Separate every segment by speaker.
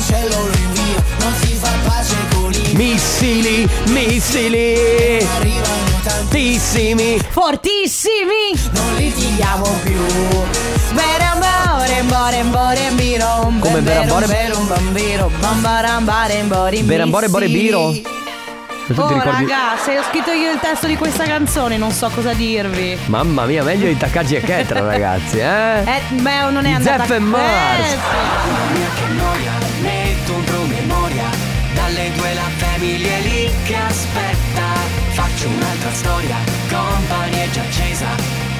Speaker 1: solo lui mio Non si fa pace con i
Speaker 2: Missili, missili,
Speaker 1: Arrivano tanti
Speaker 2: tantissimi.
Speaker 3: Fortissimi!
Speaker 1: Non litighiamo più
Speaker 3: Berambore, bore, bore, biro.
Speaker 2: Come berambore?
Speaker 3: un bambino. Bambarambare, bori,
Speaker 2: Berambore, bore, biro? Tu ti
Speaker 3: Oh
Speaker 2: ricordi-
Speaker 3: raga, se ho scritto io il testo di questa canzone non so cosa dirvi.
Speaker 2: Mamma mia, meglio di Takagi e Ketra, ragazzi, eh?
Speaker 3: Eh, beh, non è
Speaker 2: Di
Speaker 3: andata
Speaker 2: Zepp e Mars.
Speaker 3: Eh, sì.
Speaker 1: Mia che noia Metto un promemoria Dalle due la famiglia è lì che aspetta Faccio un'altra storia Company è già accesa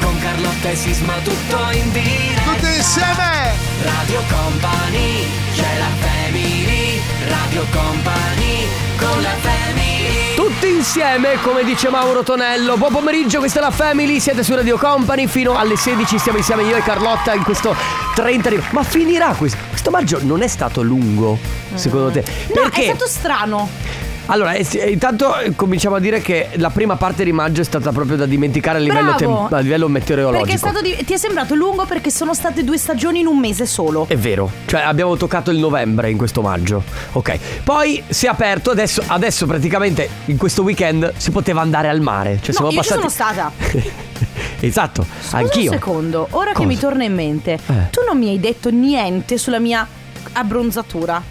Speaker 1: Con Carlotta e Sisma tutto in diretta
Speaker 4: Tutti insieme!
Speaker 1: Radio Company C'è la family Radio Company Con la family
Speaker 2: Tutti insieme, come dice Mauro Tonello. Buon pomeriggio, questa è la Family, siete su Radio Company fino alle 16, stiamo insieme io e Carlotta in questo 30 di- Ma finirà questo? Questo maggio non è stato lungo, secondo te?
Speaker 3: No,
Speaker 2: Perché?
Speaker 3: è stato strano.
Speaker 2: Allora, eh, sì, eh, intanto eh, cominciamo a dire che la prima parte di maggio è stata proprio da dimenticare a livello,
Speaker 3: Bravo.
Speaker 2: tem- a livello meteorologico.
Speaker 3: Perché è stato di- ti è sembrato lungo perché sono state due stagioni in un mese solo.
Speaker 2: È vero, cioè abbiamo toccato il novembre in questo maggio. Ok, poi si è aperto, adesso, adesso praticamente in questo weekend si poteva andare al mare. Cioè
Speaker 3: No,
Speaker 2: siamo
Speaker 3: io ci
Speaker 2: passati...
Speaker 3: sono stata.
Speaker 2: esatto,
Speaker 3: Scusa
Speaker 2: anch'io.
Speaker 3: un secondo, ora
Speaker 2: Cosa?
Speaker 3: che mi torna in mente,
Speaker 2: Eh.
Speaker 3: tu non mi hai detto niente sulla mia abbronzatura.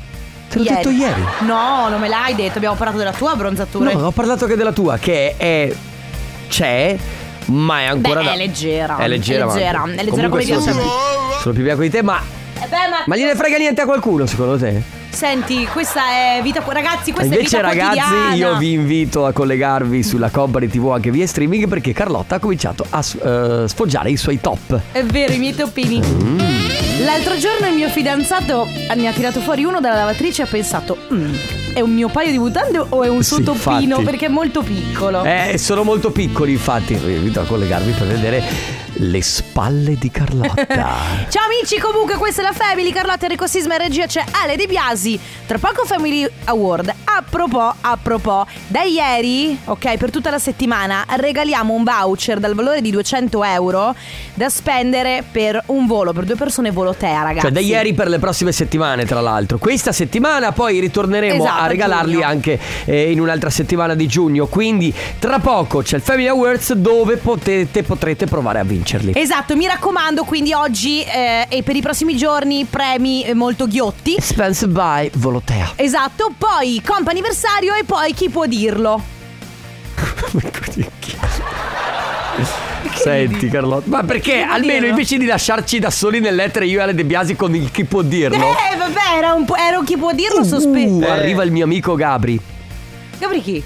Speaker 2: Te l'ho detto ieri.
Speaker 3: No, non me l'hai detto, abbiamo parlato della tua abbronzatura.
Speaker 2: No, ho parlato anche della tua, che è... c'è, ma è
Speaker 3: Beh,
Speaker 2: ancora... da-
Speaker 3: è leggera.
Speaker 2: È leggera, ma-
Speaker 3: È leggera, è leggera come
Speaker 2: Comunque
Speaker 3: piace a
Speaker 2: sono,
Speaker 3: me.
Speaker 2: più- sono più bianco di te, ma...
Speaker 3: Eh beh, ma,
Speaker 2: Ma gliene frega niente a qualcuno, secondo te?
Speaker 3: senti, questa è vita. Ragazzi, questa
Speaker 2: Invece
Speaker 3: è vita
Speaker 2: ragazzi
Speaker 3: quotidiana.
Speaker 2: io vi invito a collegarvi sulla Company TV anche via streaming perché Carlotta ha cominciato a s- eh, sfoggiare i suoi top.
Speaker 3: È vero, i miei toppini.
Speaker 2: Mm.
Speaker 3: L'altro giorno il mio fidanzato ne ha tirato fuori uno dalla lavatrice e ha pensato: "Mm, è un mio paio di mutande o è un suo
Speaker 2: Sì,
Speaker 3: toppino?
Speaker 2: infatti.
Speaker 3: Perché è molto piccolo.
Speaker 2: Eh, sono molto piccoli infatti, vi invito a collegarvi per vedere le spalle di Carlotta.
Speaker 3: Ciao amici, comunque questa è la Family, Carlotta Enrico Sisma e regia c'è Ale De Biasi. Tra poco Family Award. A propos, a propos, da ieri, ok, per tutta la settimana regaliamo un voucher dal valore di 200 euro da spendere per un volo, per due persone volotea, ragazzi.
Speaker 2: Cioè da ieri per le prossime settimane tra l'altro Questa settimana poi ritorneremo
Speaker 3: Esatto,
Speaker 2: a
Speaker 3: a
Speaker 2: regalarli
Speaker 3: giugno.
Speaker 2: anche eh, in un'altra settimana di giugno Quindi tra poco c'è il Family Awards dove potete, potrete provare a vincerli
Speaker 3: Esatto, mi raccomando, quindi oggi eh, e per i prossimi giorni premi eh, molto ghiotti.
Speaker 2: Sponsored by Volotea
Speaker 3: Esatto, poi comp anniversario e poi chi può dirlo?
Speaker 2: Senti Carlotta Ma perché
Speaker 3: Devo
Speaker 2: almeno
Speaker 3: dirlo.
Speaker 2: invece di lasciarci da soli nell'etere io e Ale De Biasi con il chi può dirlo
Speaker 3: Eh, vabbè, era un po', era un chi può dirlo
Speaker 2: Uh,
Speaker 3: sospeso.
Speaker 2: Arriva il mio amico Gabri
Speaker 3: Gabri chi?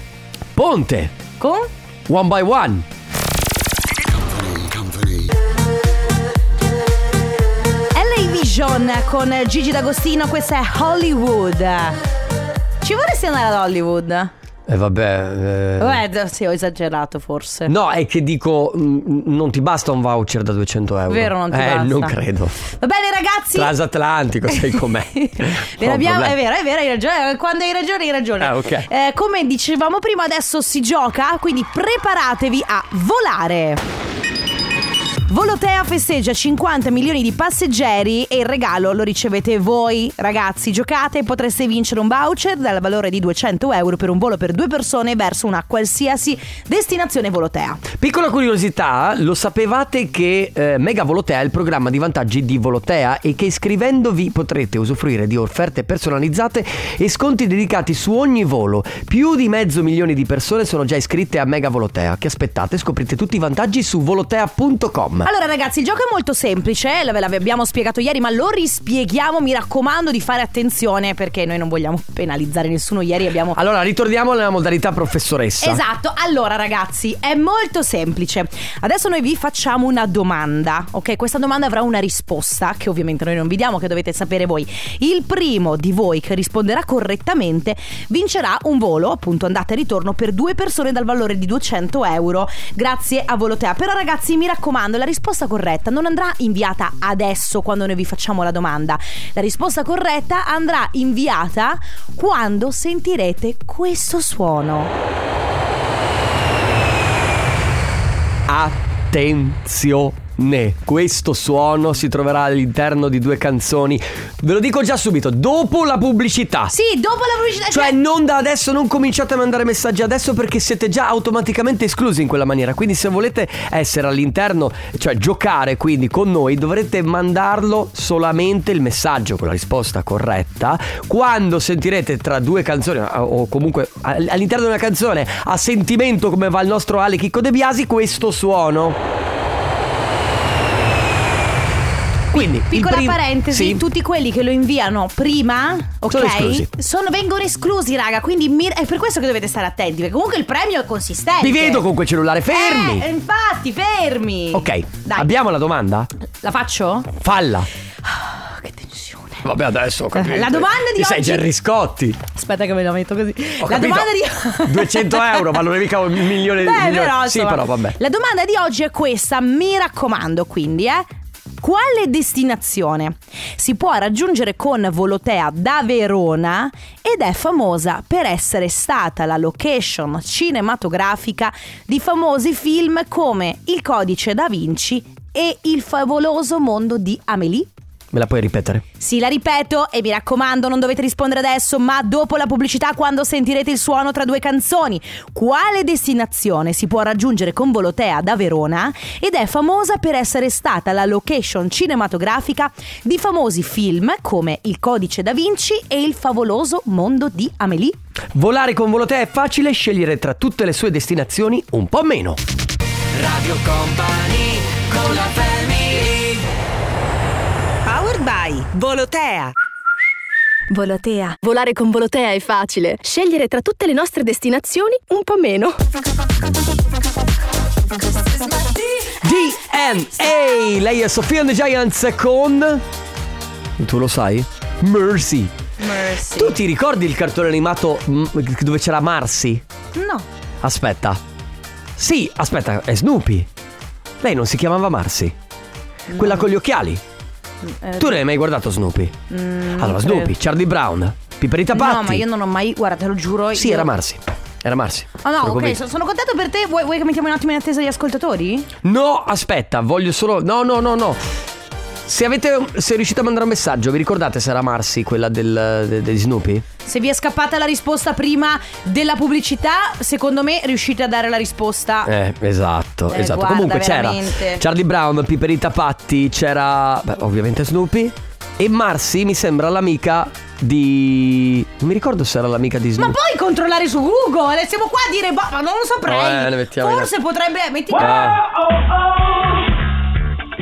Speaker 2: Ponte
Speaker 3: Con?
Speaker 2: One by one
Speaker 3: LA Vision con Gigi D'Agostino, questa è Hollywood. Ci vorresti andare ad Hollywood?
Speaker 2: E Eh, vabbè eh,
Speaker 3: Beh, d- sì, ho esagerato forse.
Speaker 2: No, è che dico, mh, non ti basta un voucher da 200 euro.
Speaker 3: Vero, non ti
Speaker 2: eh,
Speaker 3: basta.
Speaker 2: non credo.
Speaker 3: Va bene ragazzi.
Speaker 2: Transatlantico, sai com'è. eh.
Speaker 3: Ne
Speaker 2: Ho un
Speaker 3: abbiamo-
Speaker 2: problema.
Speaker 3: è vero, è vero, hai ragione. Quando hai ragione, hai ragione.
Speaker 2: Ah, ok.
Speaker 3: Eh, come dicevamo prima, adesso si gioca, quindi preparatevi a volare. Volotea festeggia 50 milioni di passeggeri e il regalo lo ricevete voi ragazzi, giocate e potreste vincere un voucher dal valore di 200 euro per un volo per due persone verso una qualsiasi destinazione Volotea.
Speaker 2: Piccola curiosità, lo sapevate che eh, Mega Volotea è il programma di vantaggi di Volotea e che iscrivendovi potrete usufruire di offerte personalizzate e sconti dedicati su ogni volo. Più di mezzo milione di persone sono già iscritte a Mega Volotea. Che aspettate? Scoprite tutti i vantaggi su volotea.com.
Speaker 3: Allora ragazzi, il gioco è molto semplice, eh, ve l'abbiamo spiegato ieri, ma lo rispieghiamo, mi raccomando di fare attenzione perché noi non vogliamo penalizzare nessuno, ieri abbiamo...
Speaker 2: Allora, ritorniamo alla modalità professoressa.
Speaker 3: Esatto, allora ragazzi, è molto semplice. Adesso noi vi facciamo una domanda, ok? Questa domanda avrà una risposta che ovviamente noi non vi diamo, che dovete sapere voi. Il primo di voi che risponderà correttamente vincerà un volo, appunto andata e ritorno, per due persone dal valore di 200 euro, grazie a Volotea. Però ragazzi, mi raccomando, la risposta corretta non andrà inviata adesso quando noi vi facciamo la domanda. La risposta corretta andrà inviata quando sentirete questo suono.
Speaker 2: Attenzione. né. Questo suono si troverà all'interno di due canzoni. Ve lo dico già subito, dopo la pubblicità.
Speaker 3: Sì, dopo la pubblicità.
Speaker 2: Cioè, non da adesso, non cominciate a mandare messaggi adesso perché siete già automaticamente esclusi in quella maniera. Quindi, se volete essere all'interno, cioè giocare quindi con noi, dovrete mandarlo solamente il messaggio con la risposta corretta. Quando sentirete tra due canzoni, o- o comunque a- all'interno di una canzone, a sentimento come va il nostro Ale Chicco De Biasi, questo suono. Quindi, il
Speaker 3: Piccola
Speaker 2: prim-
Speaker 3: parentesi,
Speaker 2: Sì.
Speaker 3: tutti quelli che lo inviano prima, ok?
Speaker 2: Sono esclusi.
Speaker 3: sono- vengono esclusi, raga. Quindi mi- è per questo che dovete stare attenti. Perché comunque il premio è consistente.
Speaker 2: Vi vedo con quel cellulare, fermi!
Speaker 3: Eh, infatti, fermi.
Speaker 2: Ok,
Speaker 3: Dai,
Speaker 2: abbiamo la domanda?
Speaker 3: la faccio?
Speaker 2: Falla.
Speaker 3: Ah, che tensione.
Speaker 2: Vabbè, adesso ho capito.
Speaker 3: La domanda di
Speaker 2: Ti Sei
Speaker 3: oggi-
Speaker 2: Gerry Scotti.
Speaker 3: Aspetta che me la metto così.
Speaker 2: Ho
Speaker 3: la
Speaker 2: capito.
Speaker 3: domanda di
Speaker 2: 200 euro, ma non è mica un milione di
Speaker 3: Beh,
Speaker 2: milioni.
Speaker 3: però,
Speaker 2: Sì,
Speaker 3: insomma.
Speaker 2: però vabbè.
Speaker 3: La domanda di oggi è questa, mi raccomando, quindi, eh. Quale destinazione si può raggiungere con Volotea da Verona ed è famosa per essere stata la location cinematografica di famosi film come Il codice da Vinci e Il favoloso mondo di Amélie?
Speaker 2: Me la puoi ripetere?
Speaker 3: Sì, la ripeto e mi raccomando, non dovete rispondere adesso, ma dopo la pubblicità quando sentirete il suono tra due canzoni. Quale destinazione si può raggiungere con Volotea da Verona ed è famosa per essere stata la location cinematografica di famosi film come Il codice da Vinci e Il favoloso mondo di Amélie?
Speaker 2: Volare con Volotea è facile scegliere tra tutte le sue destinazioni un po' meno.
Speaker 1: Radio Company con la family
Speaker 4: Powered by Volotea.
Speaker 5: Volotea. Volare con Volotea è facile. Scegliere tra tutte le nostre destinazioni un po' meno.
Speaker 2: DNA! Lei è Sofia and the Giants con. Tu lo sai? Mercy.
Speaker 3: Mercy.
Speaker 2: Tu ti ricordi il cartone animato mm, dove c'era Marcy?
Speaker 3: No.
Speaker 2: Aspetta. Sì, aspetta, è Snoopy. Lei non si chiamava Marcy. Quella con gli occhiali.
Speaker 3: eh, mm,
Speaker 2: tu non hai mai guardato Snoopy? allora,
Speaker 3: credo.
Speaker 2: Snoopy, Charlie Brown, Piperita Patti.
Speaker 3: No, ma io non ho mai, guarda, te lo giuro.
Speaker 2: Sì,
Speaker 3: io-
Speaker 2: era Marcy. Era Marcy.
Speaker 3: Ah
Speaker 2: Ero
Speaker 3: no, ok,
Speaker 2: convinto.
Speaker 3: so- sono contento per te. Vuoi, vuoi che mettiamo un attimo in attesa gli ascoltatori?
Speaker 2: No, aspetta, voglio solo. No, no, no, no. Se avete. Se riuscite a mandare un messaggio, vi ricordate se era Marcy, quella del, de- degli Snoopy?
Speaker 3: Se vi è scappata la risposta prima della pubblicità, secondo me riuscite a dare la risposta.
Speaker 2: Eh, esatto,
Speaker 3: Eh,
Speaker 2: esatto.
Speaker 3: guarda,
Speaker 2: Comunque c'era
Speaker 3: veramente.
Speaker 2: Charlie Brown, Piperita Patti, c'era. beh, ovviamente Snoopy. E Marcy mi sembra l'amica di. Non mi ricordo se era l'amica di
Speaker 3: Ma
Speaker 2: Snoopy.
Speaker 3: poi controllare su Google, siamo qua a dire, boh, ma non lo saprei.
Speaker 2: Eh, le mettiamo in-
Speaker 3: Forse potrebbe metti
Speaker 2: Ah,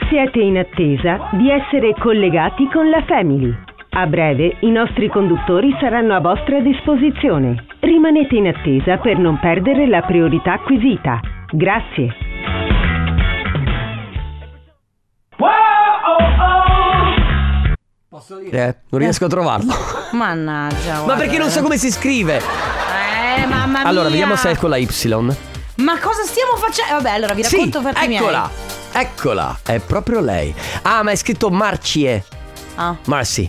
Speaker 6: Siete in attesa di essere collegati con la Family. A breve i nostri conduttori saranno a vostra disposizione. Rimanete in attesa per non perdere la priorità acquisita. Grazie.
Speaker 2: eh, non riesco a trovarlo.
Speaker 3: Eh. Mannaggia.
Speaker 2: Ma
Speaker 3: guarda.
Speaker 2: perché non so come si scrive.
Speaker 3: Eh, mamma mia.
Speaker 2: Allora, vediamo se è con la Y.
Speaker 3: Ma cosa stiamo facendo? Vabbè, allora vi
Speaker 2: Sì,
Speaker 3: racconto per i miei.
Speaker 2: eccola, eccola, è proprio lei. Ah, ma è scritto Marcie.
Speaker 3: Ah.
Speaker 2: Marcy.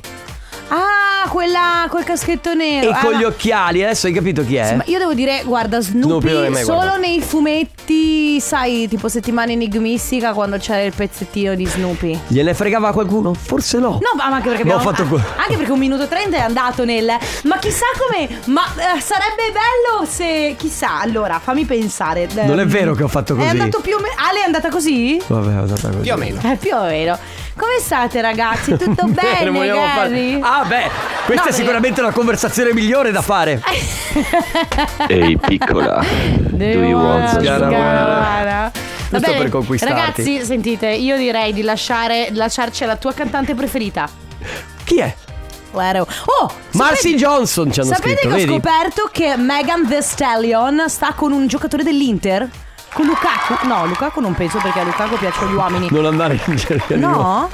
Speaker 3: Ah, quella col caschetto nero.
Speaker 2: E
Speaker 3: Ah,
Speaker 2: con
Speaker 3: ma-
Speaker 2: gli occhiali, adesso hai capito chi
Speaker 3: Sì,
Speaker 2: è?
Speaker 3: ma io devo dire, guarda,
Speaker 2: Snoopy non l'hai
Speaker 3: Snoopy
Speaker 2: mai
Speaker 3: solo
Speaker 2: guardato.
Speaker 3: nei fumetti, sai, tipo settimana enigmistica quando c'era il pezzettino di Snoopy.
Speaker 2: Gliene fregava qualcuno? Forse no.
Speaker 3: No, ma ma anche perché
Speaker 2: No,
Speaker 3: abbiamo
Speaker 2: ho fatto que-
Speaker 3: ah, Anche perché un minuto e trenta è andato nel. Ma chissà come. Ma eh, sarebbe bello se. Chissà, allora, fammi pensare. Eh,
Speaker 2: Non è vero che ho fatto così.
Speaker 3: È andato più o meno. Ale è andata così?
Speaker 2: Vabbè, ho dato così. Più o meno.
Speaker 3: Eh, più o meno. Come state, ragazzi? Tutto bene, Gary?
Speaker 2: Ah, beh, questa
Speaker 3: No, Eh,
Speaker 2: è
Speaker 3: beh-
Speaker 2: sicuramente la conversazione migliore da fare.
Speaker 7: Ehi piccola, do you want some
Speaker 2: Chiara,
Speaker 7: marijuana?
Speaker 3: Guarda. Va
Speaker 2: Giusto
Speaker 3: bene,
Speaker 2: per conquistarti.
Speaker 3: Ragazzi, sentite, io direi di lasciare, lasciarci alla tua cantante preferita.
Speaker 2: Chi è?
Speaker 3: Guarda. Oh!
Speaker 2: Marcy
Speaker 3: sapete-
Speaker 2: Johnson ci hanno
Speaker 3: Sapete
Speaker 2: scritto,
Speaker 3: che
Speaker 2: vedi?
Speaker 3: ho scoperto che Megan The Stallion sta con un giocatore dell'Inter? Con Lukaku? No, Lukaku non penso perché a Lukaku piacciono gli uomini.
Speaker 2: Non andare in giro. di nuovo.
Speaker 3: No?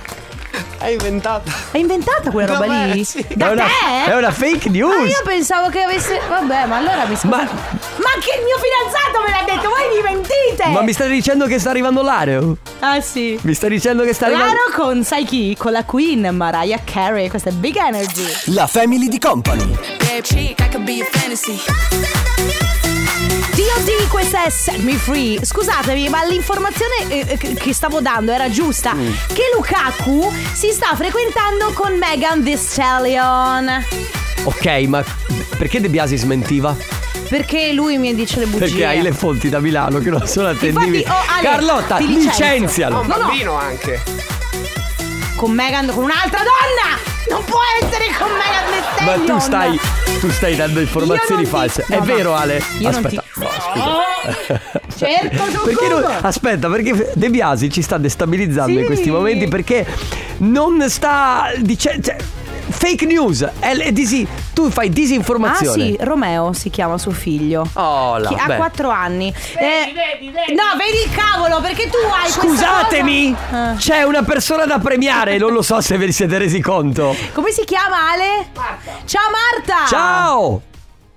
Speaker 3: È inventata. È inventata quella roba lì? Da
Speaker 2: È una,
Speaker 3: te?
Speaker 2: è una fake news.
Speaker 3: Ah, io pensavo che avesse. Vabbè, ma allora mi scusi.
Speaker 2: Ma-
Speaker 3: Ma... che il mio fidanzato me l'ha detto, voi mi mentite!
Speaker 2: Ma mi stai dicendo che sta arrivando l'aereo?
Speaker 3: Ah, sì.
Speaker 2: Mi stai dicendo che sta arrivando.
Speaker 3: Claro con, sai chi? Con la Queen, Mariah Carey. Questa è Big Energy.
Speaker 2: La family di company.
Speaker 8: bad chick, I could be a fantasy.
Speaker 3: DOD, questa è Set Me Free. Scusatemi, ma l'informazione eh, che che stavo dando era giusta.
Speaker 2: Mm.
Speaker 3: Che Lukaku si sta frequentando con Megan Thee Stallion.
Speaker 2: Ok, ma perché De Biasi smentiva?
Speaker 3: Perché lui mi dice le bugie.
Speaker 2: Perché hai le fonti da Milano che non sono attendibili.
Speaker 3: Infatti, oh, Ale,
Speaker 2: Carlotta,
Speaker 3: ti licenzio. Oh,
Speaker 2: licenzialo.
Speaker 3: No, no,
Speaker 8: anche.
Speaker 3: con Megan, con un'altra donna! Non può essere con Megan Thee
Speaker 2: Ma
Speaker 3: Stallion!
Speaker 2: tu stai, tu stai dando informazioni
Speaker 3: Io non ti-
Speaker 2: false.
Speaker 3: no,
Speaker 2: È
Speaker 3: no.
Speaker 2: vero, Ale?
Speaker 3: Io non ti-
Speaker 2: Aspetta. No, scusa.
Speaker 3: Cerco su
Speaker 2: Perché non-
Speaker 3: Google.
Speaker 2: aspetta, perché De Biasi ci sta destabilizzando
Speaker 3: Sì.
Speaker 2: in questi momenti perché non sta dicendo. fake news, è l- è disi- tu fai
Speaker 3: Ah
Speaker 2: disinformazione.
Speaker 3: sì, Romeo si chiama suo figlio.
Speaker 2: Oh, là,
Speaker 3: Chi- ha
Speaker 2: beh.
Speaker 3: 4 anni. Eh, No, vedi il cavolo, perché tu hai questa
Speaker 2: Scusatemi,
Speaker 3: cosa- Eh.
Speaker 2: c'è una persona da premiare, non lo so se ve ne siete resi conto.
Speaker 3: Come si chiama Ale? Ciao Marta!
Speaker 2: Ciao!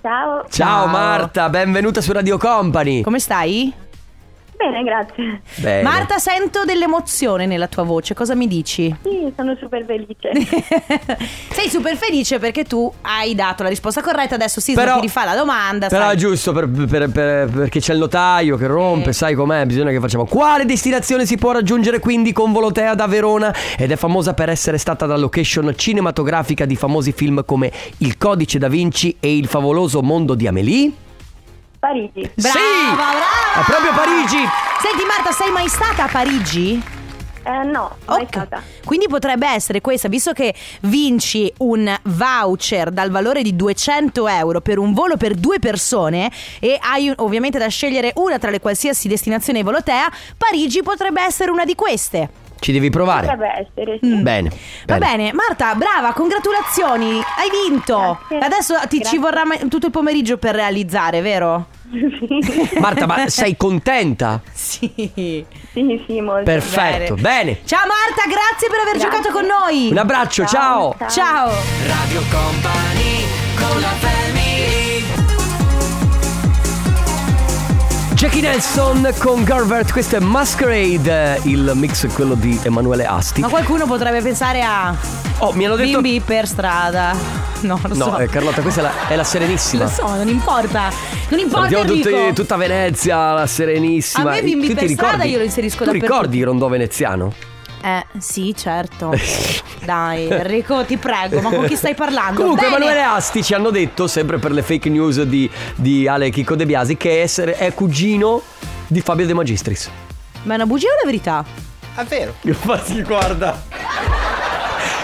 Speaker 9: Ciao,
Speaker 2: Ciao
Speaker 3: Ciao.
Speaker 2: Marta, benvenuta su Radio Company.
Speaker 3: Come stai?
Speaker 9: bene, grazie.
Speaker 2: Bene.
Speaker 3: Marta, sento dell'emozione nella tua voce, cosa mi dici?
Speaker 9: Sì, sono super felice.
Speaker 3: Sei super felice perché tu hai dato la risposta corretta, adesso Sisma
Speaker 2: Però-
Speaker 3: ti rifà la domanda.
Speaker 2: Però
Speaker 3: sai.
Speaker 2: è giusto per- per- per- perché c'è il notaio che rompe, sai com'è, bisogna che facciamo. Quale destinazione si può raggiungere quindi con Volotea da Verona? Ed è famosa per essere stata la location cinematografica di famosi film come Il Codice da Vinci e Il favoloso mondo di Amélie.
Speaker 9: Parigi.
Speaker 2: sì!
Speaker 3: Brava, brava!
Speaker 2: È proprio Parigi!
Speaker 3: Senti Marta, sei mai stata a Parigi?
Speaker 9: Eh, no, mai
Speaker 3: Ok.
Speaker 9: stata.
Speaker 3: Quindi potrebbe essere questa, visto che vinci un voucher dal valore di 200 euro per un volo per due persone e hai un- ovviamente da scegliere una tra le qualsiasi destinazioni volotea, Parigi potrebbe essere una di queste.
Speaker 2: Ci devi provare.
Speaker 9: Potrebbe essere, sì.
Speaker 2: Bene. bene.
Speaker 3: Va bene, Marta, brava, congratulazioni, hai vinto.
Speaker 9: Grazie.
Speaker 3: Adesso ti, ci
Speaker 9: Grazie.
Speaker 3: vorrà ma- tutto il pomeriggio per realizzare, vero?
Speaker 2: Marta, ma sei contenta?
Speaker 3: Sì.
Speaker 9: Sì, sì, molto.
Speaker 2: Perfetto, bene.
Speaker 3: Ciao Marta, grazie per aver
Speaker 9: Grazie.
Speaker 3: giocato con noi.
Speaker 2: Un abbraccio, ciao.
Speaker 9: Ciao.
Speaker 3: Ciao.
Speaker 1: Radio Company con la family
Speaker 2: Jackie Nelson con Garvert, questo è Masquerade, eh, il mix è quello di Emanuele Asti.
Speaker 3: Ma qualcuno potrebbe pensare a
Speaker 2: Oh, mi hanno detto
Speaker 3: bimbi per strada. No, lo so.
Speaker 2: No, eh, Carlotta, questa è la, è la Serenissima.
Speaker 3: Lo so, non importa. Non importa
Speaker 2: Salutiamo tutti-
Speaker 3: Enrico.
Speaker 2: tutta Venezia, la Serenissima.
Speaker 3: A me Bimbi
Speaker 2: Tu ti
Speaker 3: per strada
Speaker 2: ricordi-
Speaker 3: io lo inserisco
Speaker 2: Tu
Speaker 3: dappertutto.
Speaker 2: ricordi il rondò veneziano?
Speaker 3: Eh, sì, certo. Dai, Enrico, ti prego, ma con chi stai parlando?
Speaker 2: Comunque,
Speaker 3: Bene.
Speaker 2: Emanuele Asti ci hanno detto, sempre per le fake news di, di Ale Chicco De Biasi, che essere- è cugino di Fabio De Magistris.
Speaker 3: Ma è una bugia o la verità?
Speaker 8: È vero.
Speaker 2: Infatti, guarda.